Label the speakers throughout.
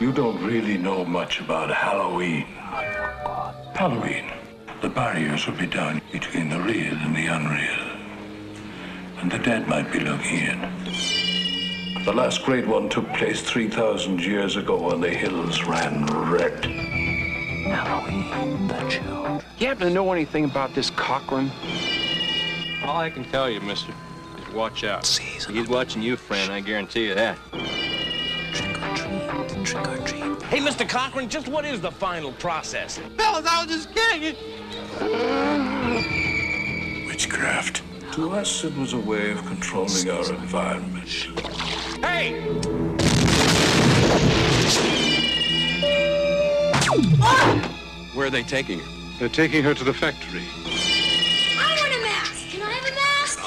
Speaker 1: You don't really know much about Halloween. Halloween, the barriers will be down between the real and the unreal. And the dead might be looking in. The last great one took place 3,000 years ago and the hills ran red. Halloween, the children.
Speaker 2: You happen to know anything about this Cochrane?
Speaker 3: All I can tell you, mister, is watch out. He's watching you, friend, I guarantee you that.
Speaker 4: Trick or treat, trick or treat.
Speaker 5: Hey, Mr. Cochran, just what is the final process?
Speaker 1: Witchcraft. To us, it was a way of controlling our environment.
Speaker 5: Hey!
Speaker 3: Where are they taking her?
Speaker 6: They're taking her to the factory.
Speaker 7: I want a mask. Can I have a mask?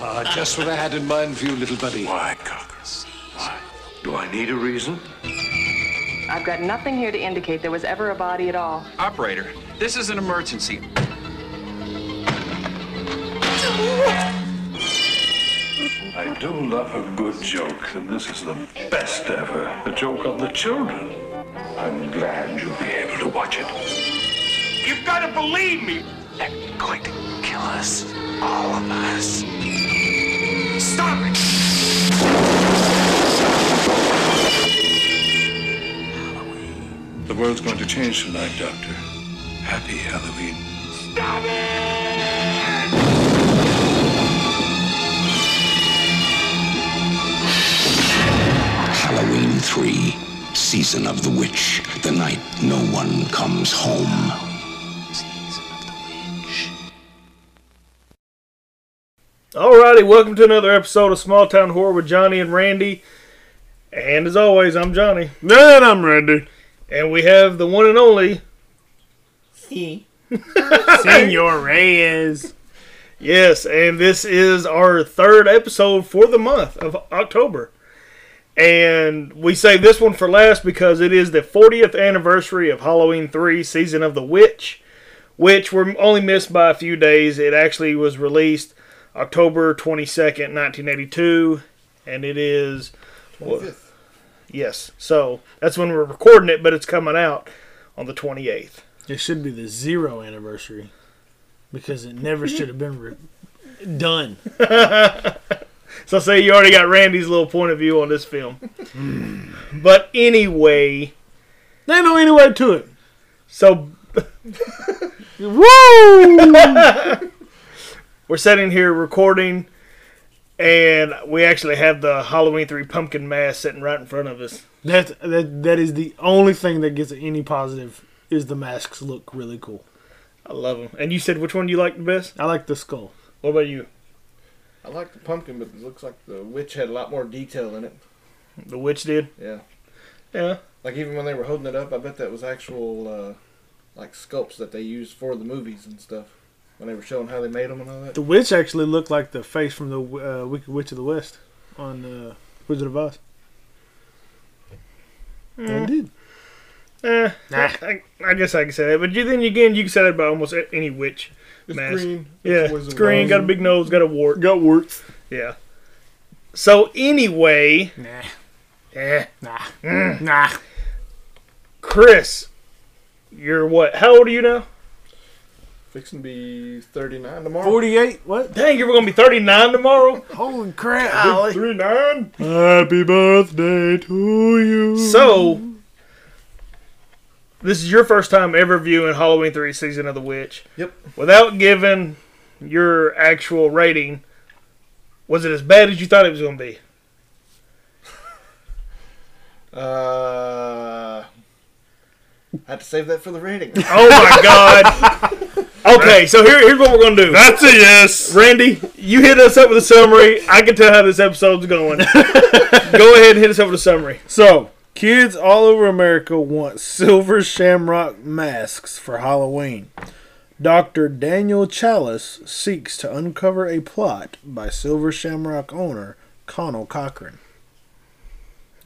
Speaker 6: Uh, just what I had in mind for you, little buddy.
Speaker 1: Why, Cockers? Why? Do I need a reason?
Speaker 8: I've got nothing here to indicate there was ever a body at all.
Speaker 9: Operator, this is an emergency.
Speaker 1: I do love a good joke, and this is the best ever. The joke on the children. I'm glad you'll be able to watch it.
Speaker 5: You've got to believe me!
Speaker 4: They're going to kill us. All of us.
Speaker 5: Stop it!
Speaker 1: The world's going to change tonight, Doctor. Happy Halloween.
Speaker 5: Stop it!
Speaker 10: Halloween 3, Season of the Witch, the night no one comes home.
Speaker 4: Season of the witch.
Speaker 11: Alrighty, welcome to another episode of Small Town Horror with Johnny and Randy. And as always, I'm Johnny.
Speaker 6: Then I'm Randy.
Speaker 11: And we have the one and only.
Speaker 12: Senor Reyes.
Speaker 11: Yes, and this is our third episode for the month of October. And we saved this one for last because it is the 40th anniversary of Halloween 3 Season of the Witch, which we're only missed by a few days. It actually was released October 22nd, 1982, and it is. What, yes, so that's when we're recording it, but it's coming out on the 28th.
Speaker 12: It should be the zero anniversary because it never should have been re- done.
Speaker 11: So say you already got Randy's little point of view on this film. but anyway,
Speaker 12: There ain't no any way to it.
Speaker 11: so
Speaker 12: Woo!
Speaker 11: we're sitting here recording and we actually have the Halloween 3 pumpkin mask sitting right in front of us.
Speaker 12: That's, that that is the only thing that gets any positive is the masks look really cool.
Speaker 11: I love them. And you said which one do you like the best?
Speaker 12: I like the skull.
Speaker 11: What about you?
Speaker 13: I like the pumpkin, but it looks like the witch had a lot more detail in it.
Speaker 11: The witch did?
Speaker 13: Yeah.
Speaker 11: Yeah.
Speaker 13: Like even when they were holding it up, I bet that was actual uh, like sculpts that they used for the movies and stuff. When they were showing how they made them and all that.
Speaker 12: The witch actually looked like the face from the uh, Wicked Witch of the West on uh, Wizard of Oz. It did.
Speaker 11: Eh,
Speaker 12: Nah.
Speaker 11: I, I guess I can say that. But you, then again, you can say that about almost a- any witch.
Speaker 13: It's
Speaker 11: Mask.
Speaker 13: green.
Speaker 11: Yeah,
Speaker 13: Wizard
Speaker 11: it's green,
Speaker 13: of
Speaker 11: got a
Speaker 13: Oz.
Speaker 11: big nose, got a wart.
Speaker 12: Got warts.
Speaker 11: Yeah. So anyway,
Speaker 12: Nah.
Speaker 11: eh,
Speaker 12: Nah. Nah.
Speaker 11: Chris, you're what? How old are you now?
Speaker 13: Fixing to be thirty nine tomorrow.
Speaker 12: 48? What?
Speaker 11: Dang, you're gonna be 39 tomorrow.
Speaker 12: Holy crap.
Speaker 13: Three nine.
Speaker 12: Happy birthday to you.
Speaker 11: so, this is your first time ever viewing Halloween Three: Season of the Witch.
Speaker 13: Yep.
Speaker 11: Without giving your actual rating, was it as bad as you thought it was gonna be?
Speaker 13: Uh, I had to save that for the rating.
Speaker 11: Oh my god. Okay, so here, here's what we're gonna do.
Speaker 6: That's a yes.
Speaker 11: Randy, you hit us up with a summary. I can tell how this episode's going. Go ahead and hit us up with a summary.
Speaker 12: So, kids all over America want silver shamrock masks for Halloween. Dr. Daniel Chalice seeks to uncover a plot by silver shamrock owner Connell Cochran.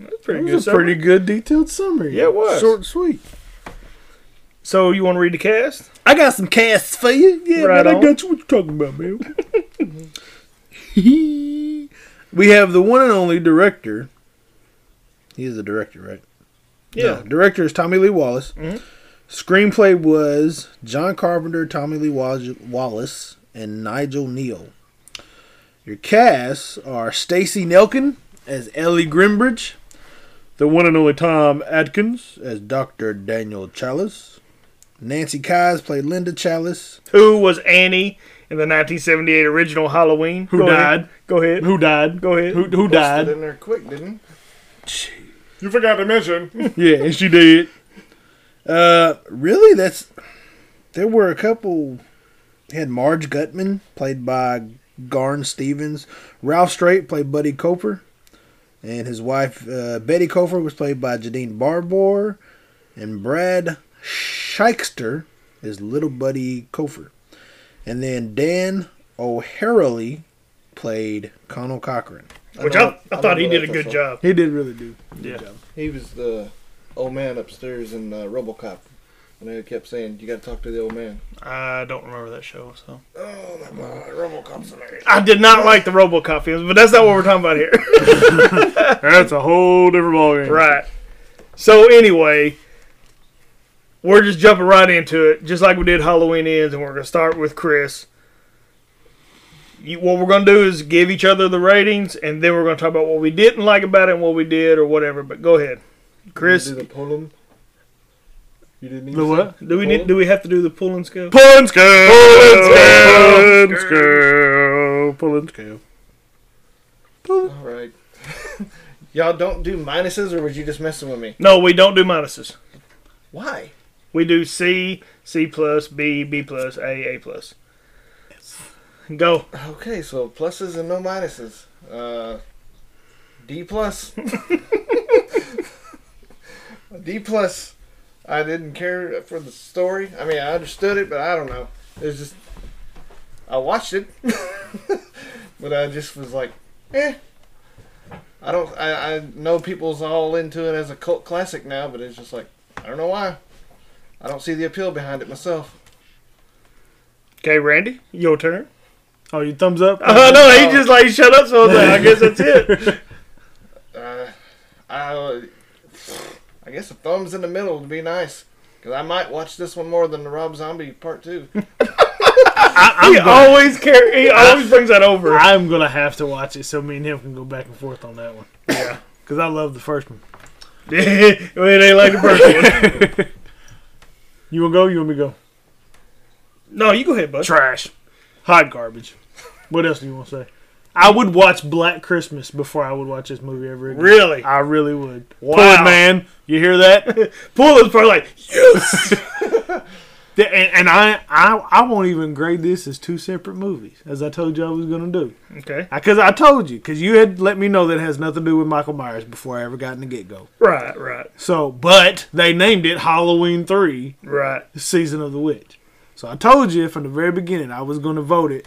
Speaker 11: That's
Speaker 12: It
Speaker 11: pretty
Speaker 12: was a pretty good detailed summary.
Speaker 11: Yeah, it was.
Speaker 12: Short and sweet.
Speaker 11: So you want to read the cast?
Speaker 12: I got some casts for you. Yeah,
Speaker 11: Right
Speaker 12: man, I
Speaker 11: on.
Speaker 12: got you. What you talking about, man? we have the one and only director. He is a director, right?
Speaker 11: Yeah. Mm-hmm.
Speaker 12: No, director is Tommy Lee Wallace. Screenplay was John Carpenter, Tommy Lee Waz- Wallace, and Nigel Neal. Your casts are Stacy Nelkin as Ellie Grimbridge, the one and only Tom Adkins as Dr. Daniel Chalice. Nancy Kies played Linda Chalice.
Speaker 11: Who was Annie in the 1978 original Halloween?
Speaker 12: Who
Speaker 11: ahead.
Speaker 12: died.
Speaker 11: Go ahead.
Speaker 12: Who died?
Speaker 11: Go ahead.
Speaker 13: Pushed it in there quick, didn't he?
Speaker 11: You forgot to mention.
Speaker 12: yeah, and she did. Uh, really? That's there were a couple. He had Marge Gutman played by Garn Stevens. Ralph Strait played Buddy Coper, and his wife uh, Betty Coper was played by Jadine Barbour, and Brad Shyster is Little Buddy Cofer, and then Dan O'Harely played Connell Cochran.
Speaker 11: Which I, I thought he did a good job.
Speaker 12: He did really do.
Speaker 11: Yeah.
Speaker 13: He was the old man upstairs in uh, RoboCop, and they kept saying, "You got to talk to the old man."
Speaker 11: I don't remember that show, so.
Speaker 13: Oh my God, RoboCop's hilarious.
Speaker 11: I did not like the RoboCop films, but that's not what we're talking about here.
Speaker 12: That's a whole different ballgame.
Speaker 11: right. So anyway, we're just jumping right into it, just like we did Halloween ends, and we're gonna start with Chris. You, what we're gonna do is give each other the ratings, and then we're gonna talk about what we didn't like about it and what we did or whatever. But go ahead, Chris.
Speaker 13: You do the Pullum. You didn't.
Speaker 11: The what? Do we need, do we have to do the pulling scale?
Speaker 12: Pulling scale.
Speaker 11: Pulling scale.
Speaker 12: Pulling scale. Pulling scale.
Speaker 13: All right. Y'all don't do minuses, or was you just messing with me?
Speaker 11: No, we don't do minuses.
Speaker 13: Why?
Speaker 11: We do C, C plus, B, B plus, A, A plus. Go.
Speaker 13: Okay, so pluses and no minuses. Uh, D plus. D plus. I didn't care for the story. I mean, I understood it, but I don't know. It's just I watched it, but I just was like, eh. I don't. I, I know people's all into it as a cult classic now, but it's just like I don't know why. I don't see the appeal behind it myself.
Speaker 11: Okay, Randy, your turn.
Speaker 12: Oh, you thumbs up?
Speaker 11: Oh no, he just like shut up. So I was like, I guess that's it.
Speaker 13: Uh, I, I guess a thumbs in the middle would be nice. Because I might watch this one more than the Rob Zombie Part 2.
Speaker 11: he always carry. He always brings that over.
Speaker 12: I'm gonna have to watch it so me and him can go back and forth on that one.
Speaker 11: Yeah.
Speaker 12: Cause I love the first one.
Speaker 11: it ain't like the first one.
Speaker 12: You wanna go? You want me to go?
Speaker 11: No, you go ahead, bud.
Speaker 12: Trash, hot garbage. What else do you want to say? I would watch Black Christmas before I would watch this movie ever again.
Speaker 11: Really?
Speaker 12: I really would. Wow.
Speaker 11: Wow.
Speaker 12: man. You hear that?
Speaker 11: Pull is probably like yes.
Speaker 12: The- and and I, I, I won't even grade this as two separate movies, as I told you I was gonna do.
Speaker 11: okay.
Speaker 12: Because I told you, because you had let me know that it has nothing to do with Michael Myers before I ever got in the get go.
Speaker 11: Right, right,
Speaker 12: So, but they named it Halloween 3
Speaker 11: right.
Speaker 12: Season of the Witch. So I told you from the very beginning I was going to vote it.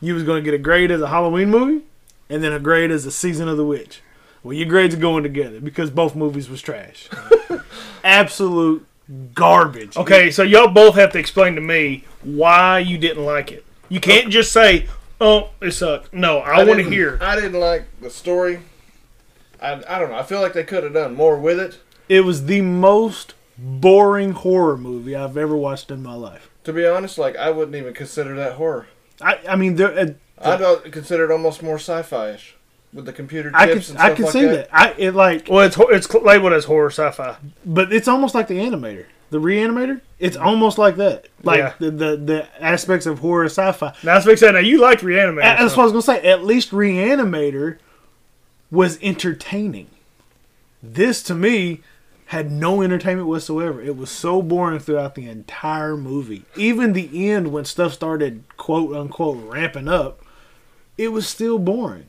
Speaker 12: You was going to get a grade as a Halloween movie and then a grade as a Season of the Witch. Well, your grades are going together because both movies was trash. Absolute garbage.
Speaker 11: Okay, so y'all both have to explain to me why you didn't like it. You can't just say, "Oh, it sucked." No, I, want to
Speaker 13: didn't-
Speaker 11: hear.
Speaker 13: I didn't like the story. I, I don't know. I feel like they could have done more with it.
Speaker 12: It was the most boring horror movie I've ever watched in my life.
Speaker 13: To be honest, like, I wouldn't even consider that horror.
Speaker 12: I, I mean, there. Uh,
Speaker 13: I'd uh, consider it almost more sci fi ish. With the computer chips
Speaker 12: I
Speaker 13: and
Speaker 12: can
Speaker 13: stuff
Speaker 12: I can
Speaker 13: like
Speaker 12: see
Speaker 13: that.
Speaker 12: that. I it like,
Speaker 11: Well, it's hor- it's cl- labeled as horror sci-fi.
Speaker 12: but it's almost like the animator, the reanimator. It's almost like that, like
Speaker 11: Mm-hmm. Yeah.
Speaker 12: the, the the aspects of horror sci-fi.
Speaker 11: Now, that's what I said. Now you liked Reanimator.
Speaker 12: A- That's
Speaker 11: so-
Speaker 12: what I was gonna say. At least reanimator was entertaining. This to me had no entertainment whatsoever. It was so boring throughout the entire movie. Even the end when stuff started quote unquote ramping up, it was still boring.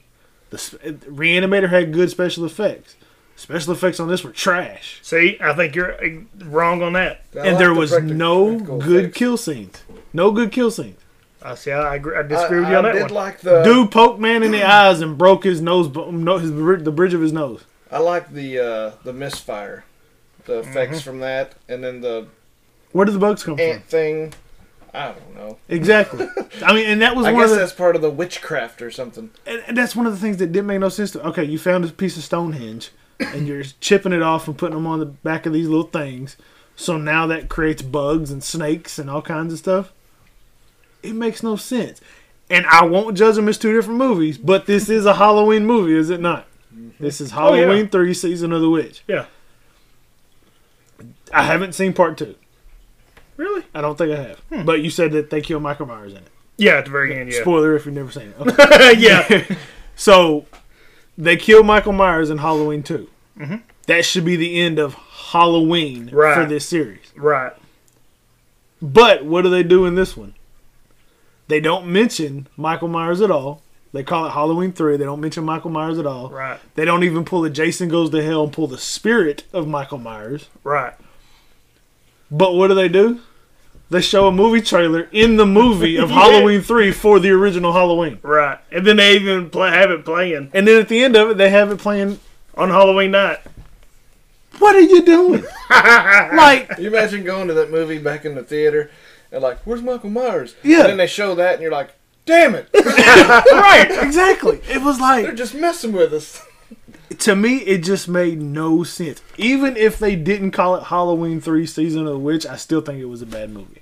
Speaker 12: The sp- reanimator had good special effects. Special effects on this were trash.
Speaker 11: See, I think you're uh, wrong on that.
Speaker 13: I
Speaker 12: and
Speaker 13: like
Speaker 12: there
Speaker 13: the
Speaker 12: was
Speaker 13: practical-
Speaker 12: no
Speaker 13: practical
Speaker 12: good
Speaker 13: effects.
Speaker 12: kill scenes. No good kill scenes.
Speaker 11: I see. I, agree, I
Speaker 13: I,
Speaker 11: disagree with you on
Speaker 13: I
Speaker 11: that
Speaker 13: did
Speaker 11: one.
Speaker 13: like the.
Speaker 12: Dude poked man in the eyes and broke his nose, bo- no, his br- the bridge of his nose.
Speaker 13: I like the uh, the misfire, the effects
Speaker 11: Mm-hmm.
Speaker 13: from that, and then the
Speaker 12: Where did the bugs come
Speaker 13: ant
Speaker 12: from?
Speaker 13: thing. I don't know.
Speaker 12: Exactly. I mean, and that was
Speaker 13: I
Speaker 12: one
Speaker 13: guess
Speaker 12: of the,
Speaker 13: that's part of the witchcraft or something.
Speaker 12: and- and that's one of the things that didn't make no sense. To, okay, you found a piece of Stonehenge. and you're chipping it off and putting them on the back of these little things. So now that creates bugs and snakes and all kinds of stuff. It makes no sense. And I won't judge them as two different movies, but this is a Halloween movie, is it not?
Speaker 13: Mm-hmm.
Speaker 12: This is
Speaker 11: Oh, yeah.
Speaker 12: Halloween 3 Season of the Witch.
Speaker 11: Yeah.
Speaker 12: I haven't seen part two.
Speaker 11: Really? Hmm.
Speaker 12: I don't think I have. But you said that they kill Michael Myers in it.
Speaker 11: Yeah, at the very end, yeah.
Speaker 12: Spoiler if you've never seen it. Okay. yeah. so they kill Michael Myers in Halloween 2.
Speaker 11: Mhm.
Speaker 12: That should be the end of Halloween
Speaker 11: Right.
Speaker 12: for this series.
Speaker 11: Right.
Speaker 12: But what do they do in this one? They don't mention Michael Myers at all. They call it Halloween 3. They don't mention Michael Myers at all.
Speaker 11: Right.
Speaker 12: They don't even pull the Jason Goes to Hell and pull the spirit of Michael Myers.
Speaker 11: Right.
Speaker 12: But what do they do? They show a movie trailer in the movie of
Speaker 11: Yeah.
Speaker 12: Halloween 3 for the original Halloween.
Speaker 11: Right. And then they even play, have it playing
Speaker 12: And then at the end of it, they have it playing.
Speaker 11: on Halloween night.
Speaker 12: What are you doing? like,
Speaker 13: you imagine going to that movie back in the theater and like, where's Michael Myers?
Speaker 12: Yeah.
Speaker 13: And then they show that, and you're like, damn it,
Speaker 12: right, exactly. It was like
Speaker 13: they're just messing with us.
Speaker 12: To me, it just made no sense. Even if they didn't call it Halloween 3 Season of the Witch, I still think it was a bad movie.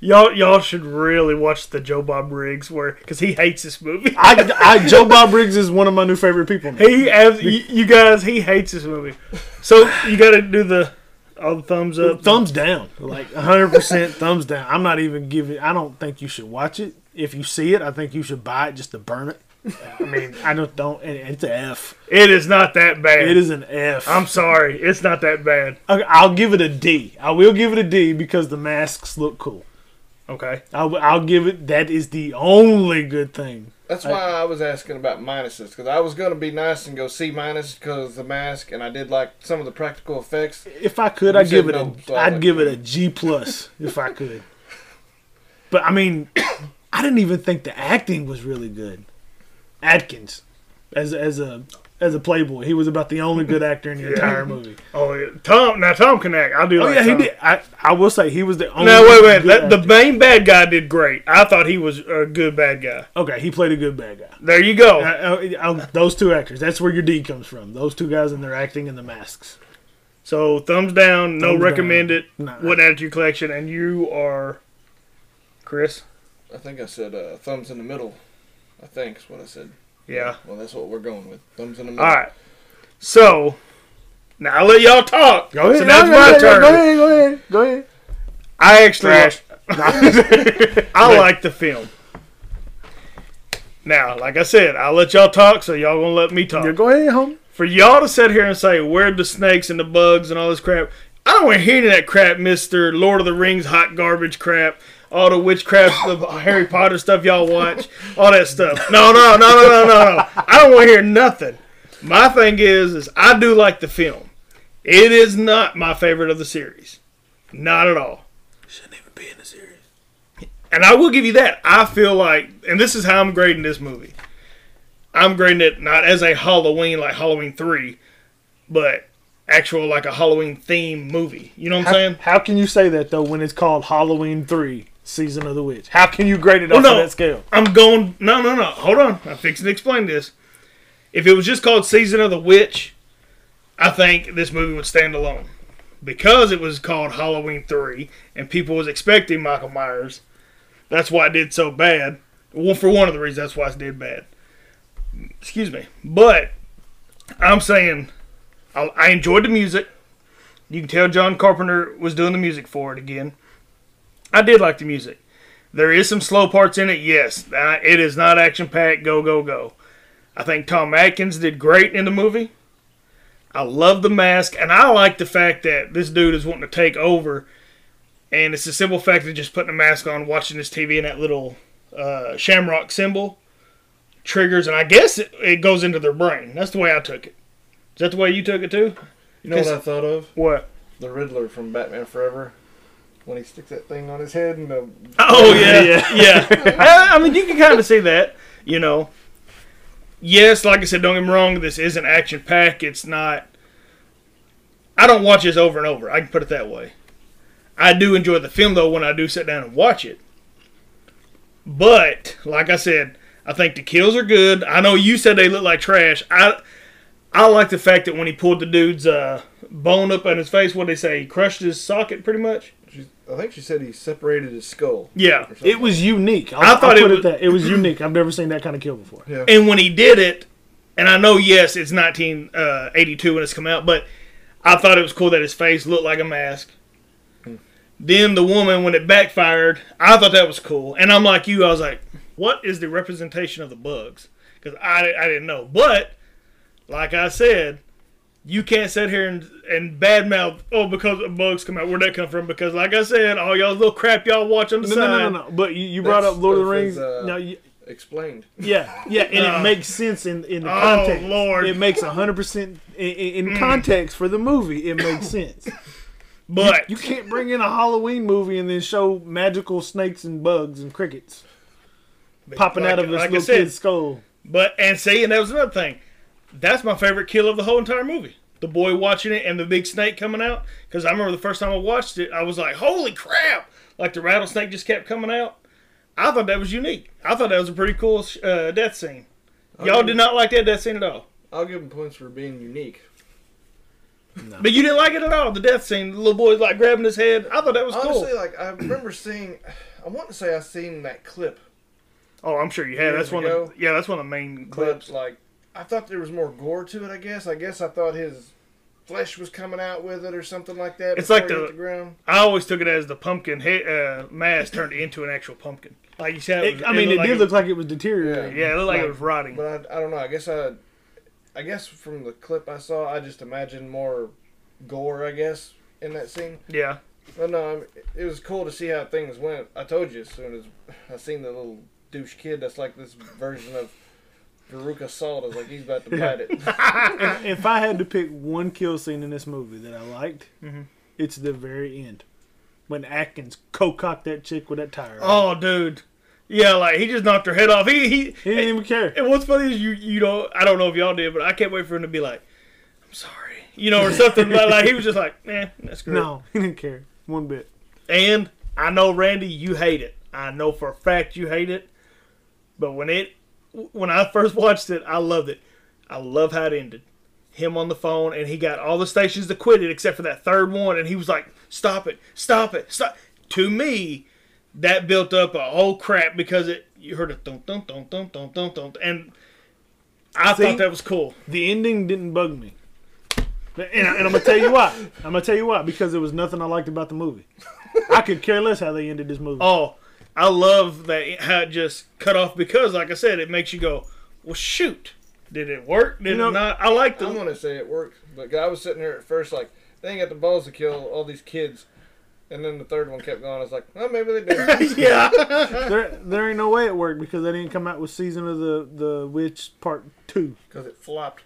Speaker 11: Y'all, y'all should really watch the Joe Bob Riggs where because he hates this movie.
Speaker 12: I, I Joe Bob Riggs is one of my new favorite people. now.
Speaker 11: He, abs- you, you guys, he hates this movie. So you got to do the all the thumbs up,
Speaker 12: thumbs down, like 100% thumbs down. I'm not even giving I don't think you should watch it. If you see it, I think you should buy it just to burn it. I mean, I just don't and it's an F.
Speaker 11: It is not that bad.
Speaker 12: It is an F.
Speaker 11: I'm sorry, it's not that bad.
Speaker 12: Okay, I'll give it a D. I will give it a D because the masks look cool.
Speaker 11: Okay.
Speaker 12: I w- I'll give it. That is the only good thing.
Speaker 13: That's why I was asking about minuses because I was going to be nice and go C minus because the mask, and I did like some of the practical effects.
Speaker 12: If I could,
Speaker 13: You
Speaker 12: I'd give
Speaker 13: said
Speaker 12: it
Speaker 13: no,
Speaker 12: a.
Speaker 13: so I
Speaker 12: I'd
Speaker 13: like-
Speaker 12: give it a G plus if I could. But I mean, I didn't even think the acting was really good. Atkins, as as a as a playboy, he was about the only good actor in the entire movie.
Speaker 11: Oh, yeah. Tom, now Tom can act. I do.
Speaker 12: Oh
Speaker 11: like
Speaker 12: yeah, he
Speaker 11: Tom.
Speaker 12: did. I I will say he was the only.
Speaker 11: No, wait, wait.
Speaker 12: good
Speaker 11: That, the
Speaker 12: actor.
Speaker 11: main bad guy did great. I thought he was a good bad guy.
Speaker 12: okay, he played a good bad guy.
Speaker 11: There you go.
Speaker 12: Uh, uh,
Speaker 11: um,
Speaker 12: uh, those two actors. That's where your D comes from. Those two guys and their acting and the masks.
Speaker 11: So thumbs down. No
Speaker 12: Thumbs
Speaker 11: recommend it.
Speaker 12: down. Nah.
Speaker 11: Wouldn't add it to your collection. And you are, Chris.
Speaker 13: I think I said uh, thumbs in the middle. I think is what I said.
Speaker 11: Yeah.
Speaker 13: Well, that's what we're going with. Thumbs in the
Speaker 11: All
Speaker 13: middle.
Speaker 11: right. So now I let y'all talk.
Speaker 12: Go ahead.
Speaker 11: So that's
Speaker 12: No,
Speaker 11: my
Speaker 12: no, no,
Speaker 11: turn.
Speaker 12: Go ahead. Go ahead. Go ahead.
Speaker 11: I actually,
Speaker 12: Trash.
Speaker 11: I like the film. Now, like I said, I'll let y'all talk, so y'all gonna let me talk.
Speaker 12: Yeah, go ahead, home.
Speaker 11: for y'all to sit here and say where the snakes and the bugs and all this crap. I don't want to hear any of that crap, Mister Lord of the Rings hot garbage crap, all the witchcraft, the Harry Potter stuff y'all watch, all that stuff. No, no, no, no, no, no, no. I don't want to hear nothing. My thing is, is I do like the film. It is not my favorite of the series, not at all. And I will give you that. I feel like, and this is how I'm grading this movie. I'm grading it not as a Halloween like Halloween three, but actual like a Halloween theme movie. You know what I'm
Speaker 12: How,
Speaker 11: saying?
Speaker 12: how can you say that though when it's called Halloween Three: Season of the Witch? How can you grade it
Speaker 11: Well,
Speaker 12: off
Speaker 11: no.
Speaker 12: of that scale?
Speaker 11: I'm going. No, no, no. Hold on. I'm fixing to explain this. If it was just called Season of the Witch, I think this movie would stand alone because it was called Halloween three, and people was expecting Michael Myers. That's why it did so bad. Well, for one of the reasons, that's why it did bad. Excuse me, but I'm saying I, I enjoyed the music. You can tell John Carpenter was doing the music for it again. I did like the music. There is some slow parts in it, yes. Uh, It is not action packed, go, go, go. I think Tom Atkins did great in the movie. I love the mask, and I like the fact that this dude is wanting to take over, and it's the simple fact of just putting a mask on, watching this TV, and that little uh, shamrock symbol triggers, and I guess it, it goes into their brain. That's the way I took it. Is that the way you took it too?
Speaker 13: You know what I thought of?
Speaker 11: What?
Speaker 13: The Riddler from Batman Forever. When he sticks that thing on his head and the
Speaker 11: Oh yeah, yeah. I, I mean, you can kind of see that, you know. Yes, like I said, don't get me wrong. This isn't action pack. It's not. I don't watch this over and over. I can put it that way. I do enjoy the film though when I do sit down and watch it. But like I said, I think the kills are good. I know you said they look like trash. I I like the fact that when he pulled the dude's uh, bone up on his face, what they say, he crushed his socket pretty much.
Speaker 13: I think she said he separated his skull.
Speaker 11: Yeah,
Speaker 12: it was unique.
Speaker 11: I thought it
Speaker 12: put
Speaker 11: was-
Speaker 12: that it was unique. I've never seen that kind of kill before.
Speaker 11: And when he did it, and I know, yes, it's 1982 when it's come out, but I thought it was cool that his face looked like a mask.
Speaker 12: Hmm.
Speaker 11: Then the woman, when it backfired, I thought that was cool. And I'm like you, I was like, what is the representation of the bugs? Because I, I didn't know. But, like I said, you can't sit here and, and badmouth, oh, because the bugs come out. Where'd that come from? Because, like I said, all y'all little crap y'all watch on the
Speaker 12: No, no,
Speaker 11: side.
Speaker 12: no, no, no. But you, you brought up Lord of the
Speaker 11: That's-
Speaker 12: Rings.
Speaker 11: that's, uh,
Speaker 12: now, you,
Speaker 13: Explained.
Speaker 12: yeah, yeah, and
Speaker 11: Uh,
Speaker 12: it makes sense in in the
Speaker 11: oh,
Speaker 12: context.
Speaker 11: Lord.
Speaker 12: It makes hundred percent in, in
Speaker 11: Mm.
Speaker 12: context for the movie. It makes sense.
Speaker 11: But
Speaker 12: you, you can't bring in a Halloween movie and then show magical snakes and bugs and crickets popping
Speaker 11: Like-
Speaker 12: out of this
Speaker 11: like I
Speaker 12: little
Speaker 11: said,
Speaker 12: kid's skull.
Speaker 11: But and see, and that was another thing. That's my favorite kill of the whole entire movie. The boy watching it and the big snake coming out. Because I remember the first time I watched it, I was like, "Holy crap!" Like the rattlesnake just kept coming out. I thought that was unique. I thought that was a pretty cool uh, death scene. Y'all did not like that death scene at all.
Speaker 13: I'll give him points for being unique.
Speaker 11: But you didn't like it at all. The death scene, the little boy's like grabbing his head. I thought that was cool.
Speaker 13: Honestly, like I remember seeing, I want to say I seen that clip,
Speaker 11: Oh, I'm sure you had.
Speaker 13: Years
Speaker 11: That's one. Of,
Speaker 13: ago.
Speaker 11: yeah, that's one of the main clips.
Speaker 13: but like I thought there was more gore to it. I guess. I guess I thought his flesh was coming out with it or something like that.
Speaker 11: It's like
Speaker 13: before he
Speaker 11: the-
Speaker 13: hit ground.
Speaker 11: I always took it as the pumpkin head, uh, mask turned into an actual pumpkin. Like you said, it was-
Speaker 12: I mean,
Speaker 11: looked
Speaker 12: it,
Speaker 11: like
Speaker 12: did look like it was deteriorating.
Speaker 11: Yeah, it looked like it was rotting.
Speaker 13: But I, I don't know. I guess I, I guess from the clip I saw, I just imagined more gore. I guess in that scene.
Speaker 11: Yeah.
Speaker 13: But no, I mean, it was cool to see how things went. I told you as soon as I seen the little douche kid that's like this version of Veruca Salt. I was like, he's about to bite it.
Speaker 12: if, if I had to pick one kill scene in this movie that I liked,
Speaker 13: Mm-hmm.
Speaker 12: it's the very end when Atkins co-cocked that chick with that tire.
Speaker 11: Oh, dude. Yeah, like he just knocked her head off. He he,
Speaker 12: he didn't even care.
Speaker 11: And what's funny is you you know I don't know if y'all did, but I can't wait for him to be like, I'm sorry, you know, or something. like, like he was just like, eh, that's great.
Speaker 12: No, he didn't care one bit.
Speaker 11: And I know Randy, you hate it. I know for a fact you hate it. But when it when I first watched it, I loved it. I love how it ended. Him on the phone, and he got all the stations to quit it except for that third one, and he was like, "Stop it! Stop it! Stop!" To me, that built up a whole crap because it you heard a thump thump thump thump thump thump thump, and I
Speaker 12: See?
Speaker 11: thought that was cool.
Speaker 12: The ending didn't bug me. And, I, am gonna tell you why. I'm gonna tell you why because there was nothing I liked about the movie. I could care less how they ended this movie.
Speaker 11: Oh, I love that how it just cut off because, like I said, it makes you go, "Well, shoot, did it work? Did it not?" I like the.
Speaker 13: I'm gonna say it worked, but I was sitting there at first like they ain't got the balls to kill all these kids, and then the third one kept going. I was like, well, maybe they did.
Speaker 12: there there ain't no way it worked because they didn't come out with season of the the witch part two.
Speaker 13: because it flopped.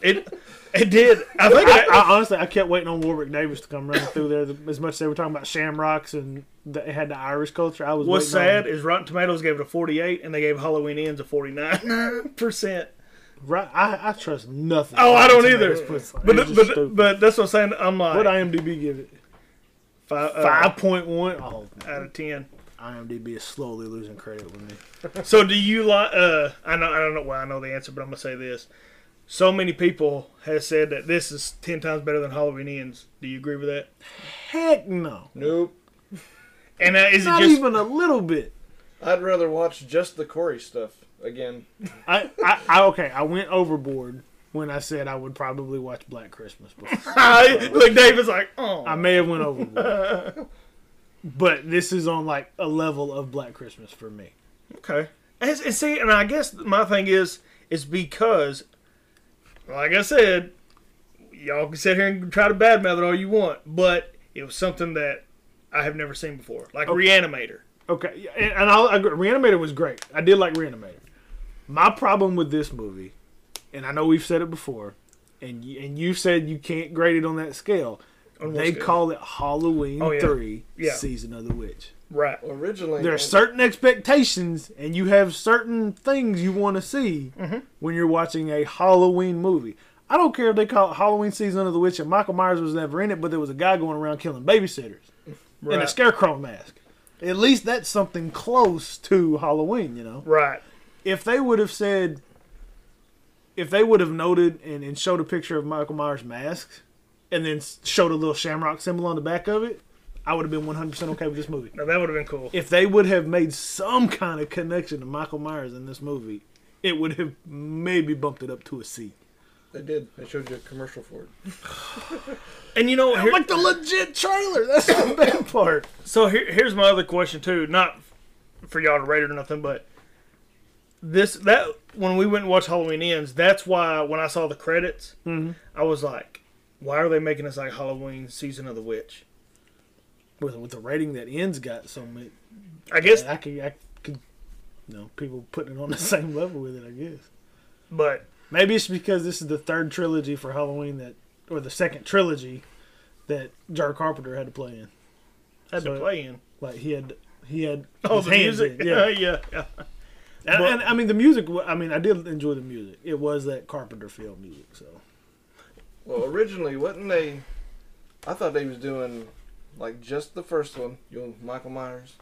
Speaker 11: It it did. I think
Speaker 12: I,
Speaker 11: that-
Speaker 12: honestly I kept waiting on Warwick Davis to come running through there. As much as they were talking about shamrocks and they had the Irish culture, I was.
Speaker 11: What's
Speaker 12: waiting on-
Speaker 11: sad is Rotten Tomatoes gave it a 48, and they gave Halloween Ends a 49 percent.
Speaker 12: Right, I, I trust nothing.
Speaker 11: Oh, I don't
Speaker 12: Rotten
Speaker 11: either.
Speaker 12: Tomatoes puts on it.
Speaker 11: But
Speaker 12: It's
Speaker 11: but,
Speaker 12: just
Speaker 11: but,
Speaker 12: stupid.
Speaker 11: that's what I'm saying. I'm like
Speaker 12: what IMDb give it?
Speaker 11: five
Speaker 12: Five point one. Oh,
Speaker 11: out of ten.
Speaker 12: IMDb is slowly losing credit with me.
Speaker 11: So do you like? Uh, I know I don't know why I know the answer, but I'm gonna say this. So many people have said that this is ten times better than Halloween Ends. Do you agree with that?
Speaker 12: Heck no.
Speaker 13: Nope.
Speaker 11: And uh, is
Speaker 12: Not
Speaker 11: it just
Speaker 12: even a little bit.
Speaker 13: I'd rather watch just the Corey stuff again.
Speaker 12: I, I, I okay. I went overboard when I said I would probably watch Black Christmas. Before.
Speaker 11: like David's like, oh,
Speaker 12: I may have went overboard, but this is on like a level of Black Christmas for me.
Speaker 11: Okay. And, and see, and I guess my thing is, is because, like I said, y'all can sit here and try to badmouth it all you want, but it was something that I have never seen before, like
Speaker 12: Okay.
Speaker 11: Reanimator.
Speaker 12: Okay, yeah, and, and I'll agree. Reanimator was great. I did like Reanimator. My problem with this movie, and I know we've said it before, and you, and you said you can't grade it on that scale.
Speaker 11: On what
Speaker 12: they
Speaker 11: scale?
Speaker 12: call it Halloween
Speaker 11: Oh, yeah.
Speaker 12: Three:
Speaker 11: Yeah.
Speaker 12: Season of the Witch.
Speaker 11: Right.
Speaker 13: Originally,
Speaker 12: There are certain expectations, and you have certain things you want to see when you're watching a Halloween movie. I don't care if they call it Halloween Season of the Witch, and Michael Myers was never in it, but there was a guy going around killing babysitters in a
Speaker 11: Right.
Speaker 12: scarecrow mask. At least that's something close to Halloween, you know?
Speaker 11: Right.
Speaker 12: If they would have said if they would have noted and, and showed a picture of Michael Myers' mask and then s- showed a little shamrock symbol on the back of it, I would have been 100% okay with this movie.
Speaker 11: Now, that would have been cool.
Speaker 12: If they would have made some kind of connection to Michael Myers in this movie, it would have maybe bumped it up to a C.
Speaker 11: They did. They showed you a commercial for it.
Speaker 12: And you know, here,
Speaker 11: Like
Speaker 12: the legit trailer. That's the bad part.
Speaker 11: So
Speaker 12: here, here's my other question too. Not for y'all to rate it or nothing, but this that when we went and watched Halloween Ends, that's why when I saw the credits,
Speaker 11: Mhm.
Speaker 12: I was like, why are they making us like Halloween season of the witch? With with the rating that Ends got so much, I guess I could I could you know people putting it on the same level with it. I guess, but maybe it's because this is the third trilogy for Halloween that or the second trilogy that Jar Carpenter had to play in.
Speaker 11: Had to play in?
Speaker 12: Like he had he had
Speaker 11: Oh,
Speaker 12: his
Speaker 11: the
Speaker 12: hands
Speaker 11: music?
Speaker 12: in, Yeah,
Speaker 11: Yeah, yeah.
Speaker 12: And,
Speaker 11: But-
Speaker 12: and, I mean the music. wa- I mean I did enjoy the music. It was that Carpenter film music. So
Speaker 11: Well, originally, wasn't they? I thought they was doing like just the first one, you know, Michael Myers,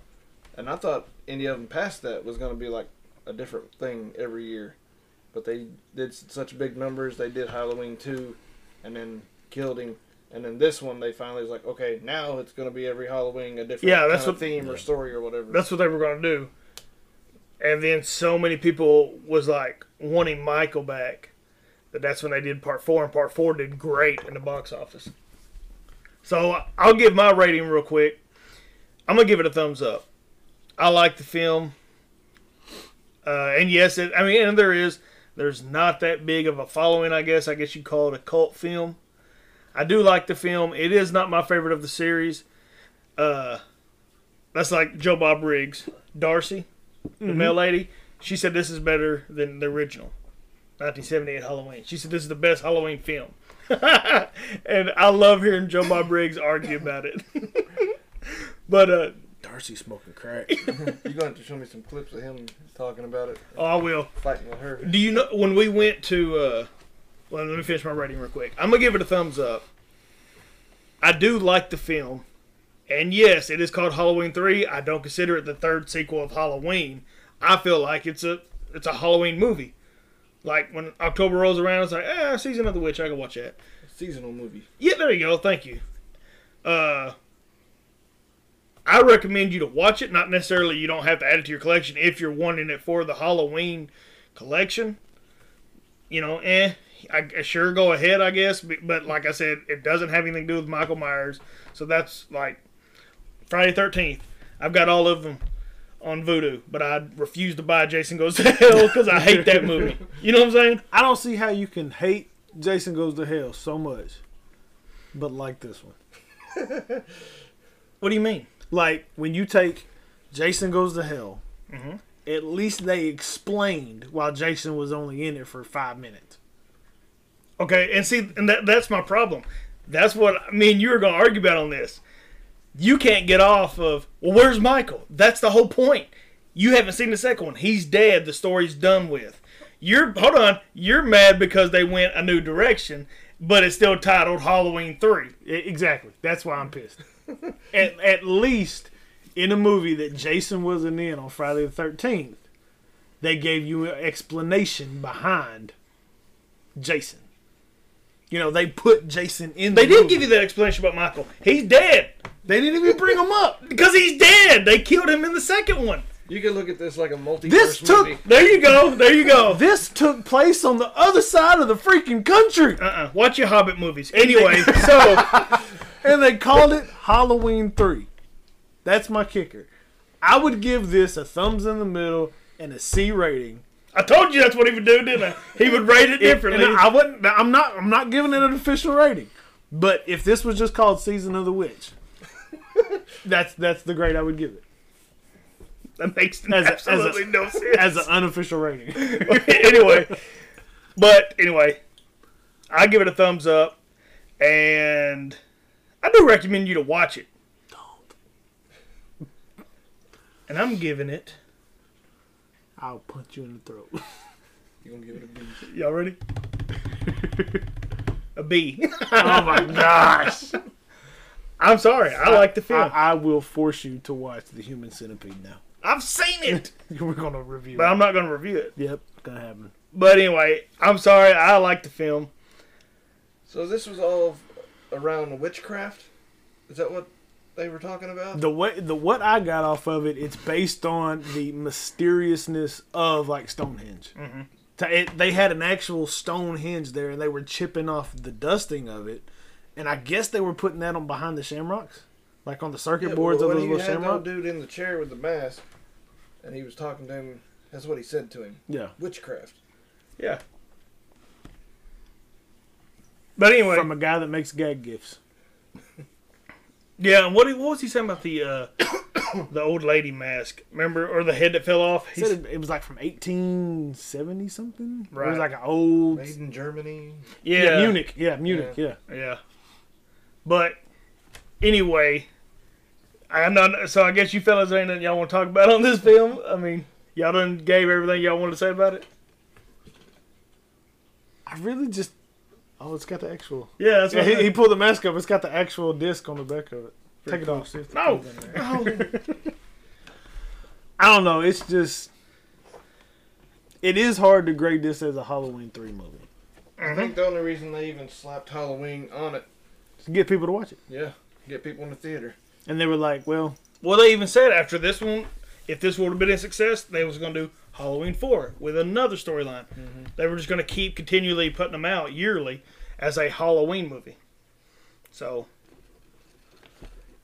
Speaker 11: and I thought any of them past that was going to be like a different thing every year. But they did s- such big numbers. They did Halloween two, and then killed him, and then this one they finally was like, okay, now it's going to be every Halloween a different
Speaker 12: Yeah, that's
Speaker 11: kind
Speaker 12: what-
Speaker 11: of theme or story or whatever.
Speaker 12: that's what they were gonna do. And then so many people was like wanting Michael back that that's when they did part four, and part four did great in the box office. So I'll give my rating real quick. I'm gonna give it a thumbs up. I like the film, uh, and yes, it, I mean, and there is there's not that big of a following. I guess I guess you call it a cult film. I do like the film. It is not my favorite of the series. Uh, that's like Joe Bob Riggs, Darcy, the
Speaker 11: Mhm.
Speaker 12: male lady. She said this is better than the original. 1978 Halloween. She said this is the best Halloween film. and I love hearing Joe Bob Briggs argue about it. but uh
Speaker 14: Darcy smoking crack.
Speaker 11: You're going to have to show me some clips of him talking about it.
Speaker 12: Oh, I will.
Speaker 11: Fighting with her.
Speaker 12: Do you know when we went to? Uh, well, let me finish my rating real quick. I'm gonna give it a thumbs up. I do like the film, and yes, it is called Halloween Three. I don't consider it the third sequel of Halloween. I feel like it's a it's a Halloween movie. Like when October rolls around, it's like ah, season of the witch. I can watch that.
Speaker 11: Seasonal movie.
Speaker 12: Yeah, there you go. Thank you. Uh, I recommend you to watch it. Not necessarily you don't have to add it to your collection if you're wanting it for the Halloween collection. You know, eh, I, I sure go ahead, I guess. But, but like I said, it doesn't have anything to do with Michael Myers. So that's like Friday Thirteenth. I've got all of them on Voodoo, but I refuse to buy Jason Goes to Hell because I hate that movie. You know what I'm saying? I don't see how you can hate Jason Goes to Hell so much, but like this one. What do you mean? Like when you take Jason Goes to Hell, at least they explained why Jason was only in it for five minutes. Okay, and see, and that, that's my problem. That's what me and you are going to argue about on this. You can't get off of, well, where's Michael? That's the whole point. You haven't seen the second one. He's dead. The story's done with. You're hold on. You're mad because they went a new direction, but it's still titled Halloween Three. E, Exactly. That's why I'm pissed. at, at least in a movie that Jason wasn't in on Friday the Thirteenth, they gave you an explanation behind Jason. You know, they put Jason in. They did give you that explanation about Michael. He's dead. They didn't even bring him up because he's dead. They killed him in the second one.
Speaker 11: You can look at this like a multi.
Speaker 12: This took. There you go. There you go. This took place on the other side of the freaking country. Uh uh Watch your Hobbit movies. Anyway, so. and they called it Halloween 3. That's my kicker. I would give this a thumbs in the middle and a C rating. I told you that's what he would do, didn't I? He would rate it
Speaker 14: differently.
Speaker 12: I wouldn't. I'm not. I'm not giving it an official rating. But if this was just called Season of the Witch, that's that's the grade I would give it. That makes
Speaker 11: absolutely no sense.
Speaker 12: As an unofficial rating. anyway, but anyway, I give it a thumbs up, and I do recommend you to watch it. And I'm giving it. I'll punch you in the throat.
Speaker 11: You gonna give it a B?
Speaker 12: Y'all ready? a B. oh my gosh. I'm sorry. I, like the film. I, I will force you to watch The Human Centipede now. I've seen it. We're gonna review. But I'm not gonna review it. Yep, gonna happen.
Speaker 11: But anyway, I'm sorry. I like the film.
Speaker 13: So this was all around witchcraft. Is that what they were talking about?
Speaker 12: The what the what I got off of it, it's based on the mysteriousness of like Stonehenge.
Speaker 11: Mhm.
Speaker 12: Ta- it- they had an actual Stonehenge there, and they were chipping off the dusting of it, and I guess they were putting that on behind the shamrocks, like on the circuit
Speaker 13: Yeah,
Speaker 12: boards
Speaker 13: but
Speaker 12: of
Speaker 13: when
Speaker 12: those
Speaker 13: he
Speaker 12: little
Speaker 13: had that
Speaker 12: shamrocks.
Speaker 13: dude in the chair with the mask, and he was talking to him. That's what he said to him.
Speaker 12: Yeah.
Speaker 13: Witchcraft.
Speaker 11: Yeah. But anyway,
Speaker 12: from a guy that makes gag gifts.
Speaker 11: Yeah, and what, he- what was he saying about the uh, the old lady mask? Remember, or the head that fell off? He
Speaker 12: Said it, it was like from 1870 something. It
Speaker 11: Right.
Speaker 12: was like an old.
Speaker 13: Made in Germany.
Speaker 11: Yeah.
Speaker 12: Munich. Yeah, Munich. Yeah.
Speaker 11: Yeah. But anyway, I know. So I guess you fellas ain't nothing y'all want to talk about on this film. I mean, y'all done gave everything y'all wanted to say about it.
Speaker 12: I really just. Oh, it's got the actual.
Speaker 11: Yeah, that's what I
Speaker 12: he,
Speaker 11: said.
Speaker 12: he pulled the mask up. It's got the actual disc on the back of it.
Speaker 11: Pretty
Speaker 12: Take
Speaker 11: cool.
Speaker 12: it off. see if the
Speaker 11: No,
Speaker 12: thing's in there.
Speaker 11: no.
Speaker 12: I don't know. It's just. It is hard to grade this as a Halloween three movie. Mm-hmm.
Speaker 13: I think the only reason they even slapped Halloween on it,
Speaker 12: To get people to watch it,
Speaker 13: yeah, get people in the theater.
Speaker 12: and they were like, "Well,
Speaker 11: Well, they even said after this one, if this would have been a success, they was going to do Halloween four with another storyline.
Speaker 12: Mm-hmm.
Speaker 11: They were just going to keep continually putting them out yearly as a Halloween movie. So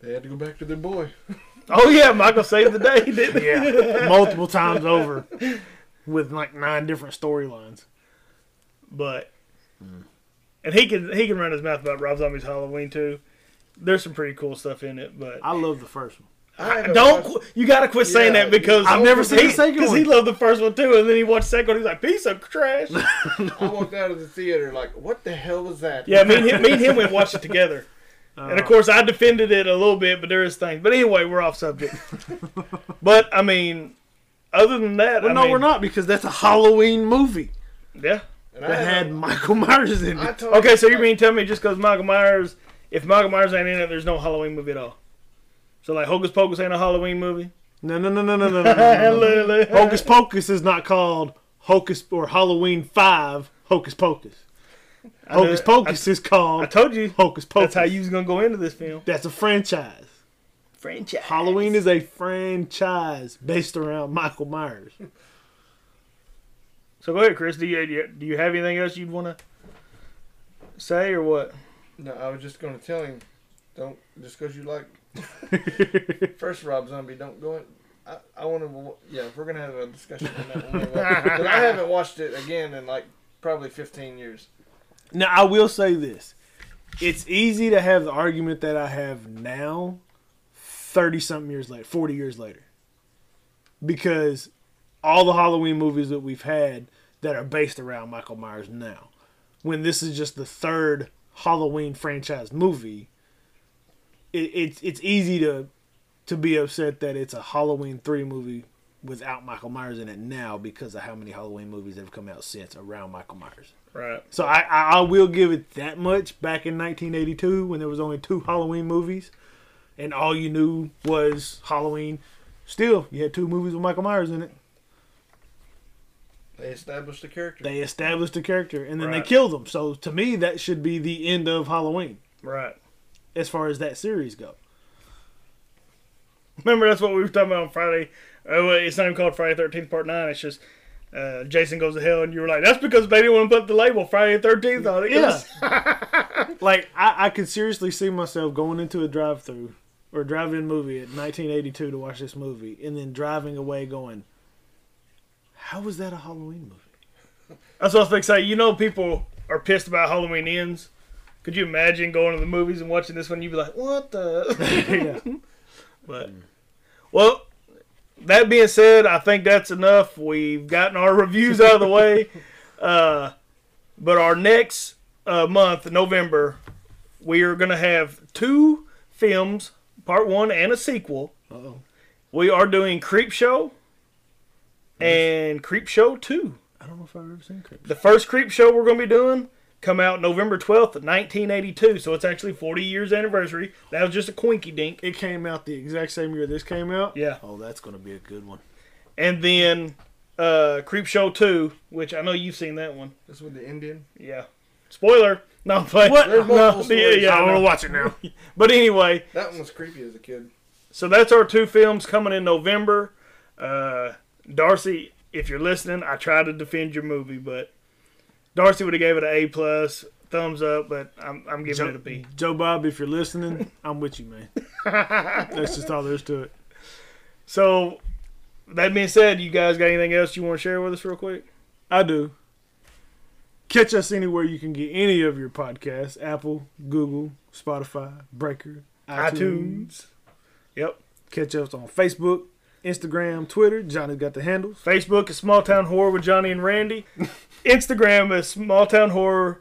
Speaker 13: They had to go back to their boy.
Speaker 11: Oh yeah, Michael saved the day, didn't he?
Speaker 12: yeah, multiple times over, with like nine different storylines."
Speaker 11: But and he can he can run his mouth about Rob Zombie's Halloween too. There's some pretty cool stuff in it, but
Speaker 12: I love the first one.
Speaker 13: I
Speaker 11: I don't qu- you gotta quit saying
Speaker 12: Yeah,
Speaker 11: that because
Speaker 12: I've never seen the
Speaker 11: he-
Speaker 12: second
Speaker 11: Because he
Speaker 12: one.
Speaker 11: loved the first one too, and then he watched the second one. He's like piece of trash.
Speaker 13: I walked out of the theater like, what the hell was that?
Speaker 11: yeah, me and him, me and him went and watched it together, and
Speaker 12: Oh.
Speaker 11: of
Speaker 13: Uh.
Speaker 11: course I defended it a little bit, but there is things. But anyway, we're off subject. but I mean, other than that,
Speaker 12: Well,
Speaker 11: I
Speaker 12: no,
Speaker 11: mean-
Speaker 12: we're not because that's a Halloween movie
Speaker 11: Yeah,
Speaker 12: that had Michael Myers in it.
Speaker 11: Okay, so you mean tell me just because Michael Myers, if Michael Myers ain't in it, there's no Halloween movie at all. So like Hocus Pocus ain't a Halloween movie.
Speaker 12: No, no, no, no, no, no, no, no. no, no. Hocus Pocus is not called Hocus or Halloween Five Hocus Pocus.
Speaker 11: I know-
Speaker 12: Hocus Pocus is called. I
Speaker 11: told you
Speaker 12: Hocus
Speaker 11: That's
Speaker 12: Pocus.
Speaker 11: how you was gonna go into this film.
Speaker 12: That's a franchise.
Speaker 11: Franchise.
Speaker 12: Halloween is a franchise based around Michael Myers.
Speaker 11: So go ahead, Chris. Do you do you- do you have anything else you'd want to say or what?
Speaker 13: No, I was just going to tell him, don't just because you like first Rob Zombie, don't go in. I, I want to. Yeah, we're gonna have a discussion on that one. But I haven't watched it again in like probably 15 years.
Speaker 12: Now I will say this. It's easy to have the argument that I have now, thirty something years later, forty years later. Because all the Halloween movies that we've had that are based around Michael Myers now. When this is just the third Halloween franchise movie, it, it's it's easy to to be upset that it's a Halloween three movie without Michael Myers in it now because of how many Halloween movies have come out since around Michael Myers.
Speaker 11: Right.
Speaker 12: So I, I, I will give it that much. Back in 1982, when there was only two Halloween movies, and all you knew was Halloween, still you had two movies with Michael Myers in it.
Speaker 13: They established the character.
Speaker 12: They established the character, and then
Speaker 13: Right.
Speaker 12: they killed him. So to me, that should be the end of Halloween,
Speaker 11: Right.
Speaker 12: as far as that series go.
Speaker 11: Remember that's what we were talking about on Friday. Uh, well, it's not even called Friday Thirteenth Part Nine. It's just uh, Jason goes to hell, and you were like, that's because they didn't want to put the label Friday Thirteenth on it. 'cause-
Speaker 12: like I, I could seriously see myself going into a drive-through or drive-in movie at 1982 to watch this movie, and then driving away going, "How was that a Halloween movie?"
Speaker 11: That's what I was going to say. You know, people are pissed about Halloween ends. Could you imagine going to the movies and watching this one? You'd be like, what the? But, well, that being said, I think that's enough. We've gotten our reviews out of the way. Uh, but our next uh, month, November, we are going to have two films, part one and a sequel.
Speaker 12: Uh-oh.
Speaker 11: We are doing Creep Show and Creep Show 2.
Speaker 12: I don't know if I've ever seen Creep.
Speaker 11: The first Creep Show we're going to be doing come out November 12th, 1982. So it's actually 40 years anniversary. That was just a quinky dink.
Speaker 12: It came out the exact same year this came out.
Speaker 11: Yeah.
Speaker 12: Oh, that's gonna be a good one.
Speaker 11: And then uh, Creep Show 2, which I know you've seen that one.
Speaker 13: This with the Indian?
Speaker 11: Yeah. Spoiler. No, I'm playing.
Speaker 13: What? There's
Speaker 11: No,
Speaker 13: multiple
Speaker 11: yeah,
Speaker 13: stories.
Speaker 11: yeah,
Speaker 13: I
Speaker 11: know.
Speaker 13: wanna watch it now.
Speaker 11: but anyway,
Speaker 13: That one was creepy as a kid.
Speaker 11: so that's our two films coming in November. Uh, Darcy, if you're listening, I try to defend your movie, but Darcy would have gave it an A plus, thumbs up, but I'm, I'm giving
Speaker 12: Joe,
Speaker 11: it a B.
Speaker 12: Joe Bob, if you're listening, I'm with you, man. That's just all there is to it.
Speaker 11: So, that being said, you guys got anything else you want to share with us real quick?
Speaker 12: I do. Catch us anywhere you can get any of your podcasts Apple, Google, Spotify, Breaker, iTunes.
Speaker 11: iTunes. Yep.
Speaker 12: Catch us on Facebook, Instagram, Twitter. Johnny's got the handles.
Speaker 11: Facebook is Small Town Horror with Johnny and Randy. Instagram is Small Town Horror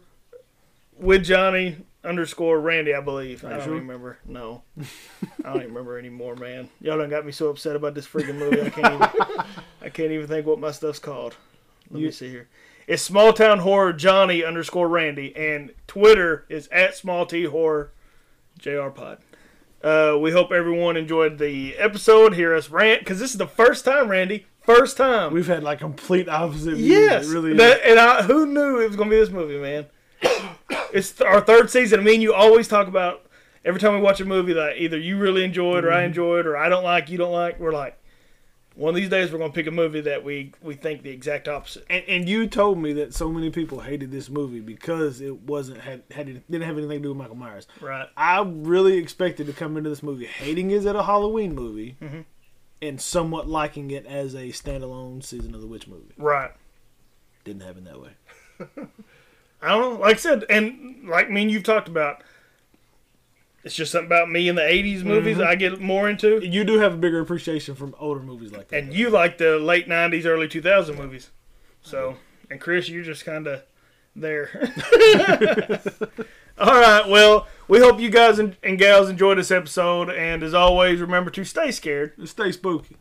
Speaker 11: with Johnny underscore Randy, I believe. I
Speaker 12: Are you
Speaker 11: don't
Speaker 12: sure?
Speaker 11: remember. No. I don't even remember anymore, man. Y'all done got me so upset about this freaking movie. I can't even, I can't even think what my stuff's called. Let me
Speaker 12: You-
Speaker 11: see here. It's Small Town Horror Johnny underscore Randy, and Twitter is at Small T Horror JR Pod. Uh, we hope everyone enjoyed the episode. Hear us rant because this is the first time, Randy. First time.
Speaker 12: We've had like complete opposite views.
Speaker 11: Yes,
Speaker 12: It really is.
Speaker 11: That- and I, who knew it was gonna be this movie, man? it's th- our third season. I mean, you always talk about every time we watch a movie that either you really enjoyed, or I
Speaker 12: Mhm.
Speaker 11: enjoyed, or I don't like, you don't like. We're like, one of these days we're gonna pick a movie that we we think the exact opposite.
Speaker 12: And, and you told me that so many people hated this movie because it wasn't had, had it didn't have anything to do with Michael Myers.
Speaker 11: Right.
Speaker 12: I really expected to come into this movie hating it as a Halloween movie
Speaker 11: Mhm.
Speaker 12: and somewhat liking it as a standalone season of the witch movie.
Speaker 11: Right.
Speaker 12: Didn't happen that way.
Speaker 11: I don't know. Like I said, and like me and you've talked about, it's just something about me in the '80s movies.
Speaker 12: Mhm.
Speaker 11: I get more into.
Speaker 12: You do have a bigger appreciation from older movies like that.
Speaker 11: and you like the late '90s, early 2000 movies. So, and Chris, you're just kind of there. All right. Well, we hope you guys and, and gals enjoyed this episode. And as always, remember to stay scared,
Speaker 12: stay spooky.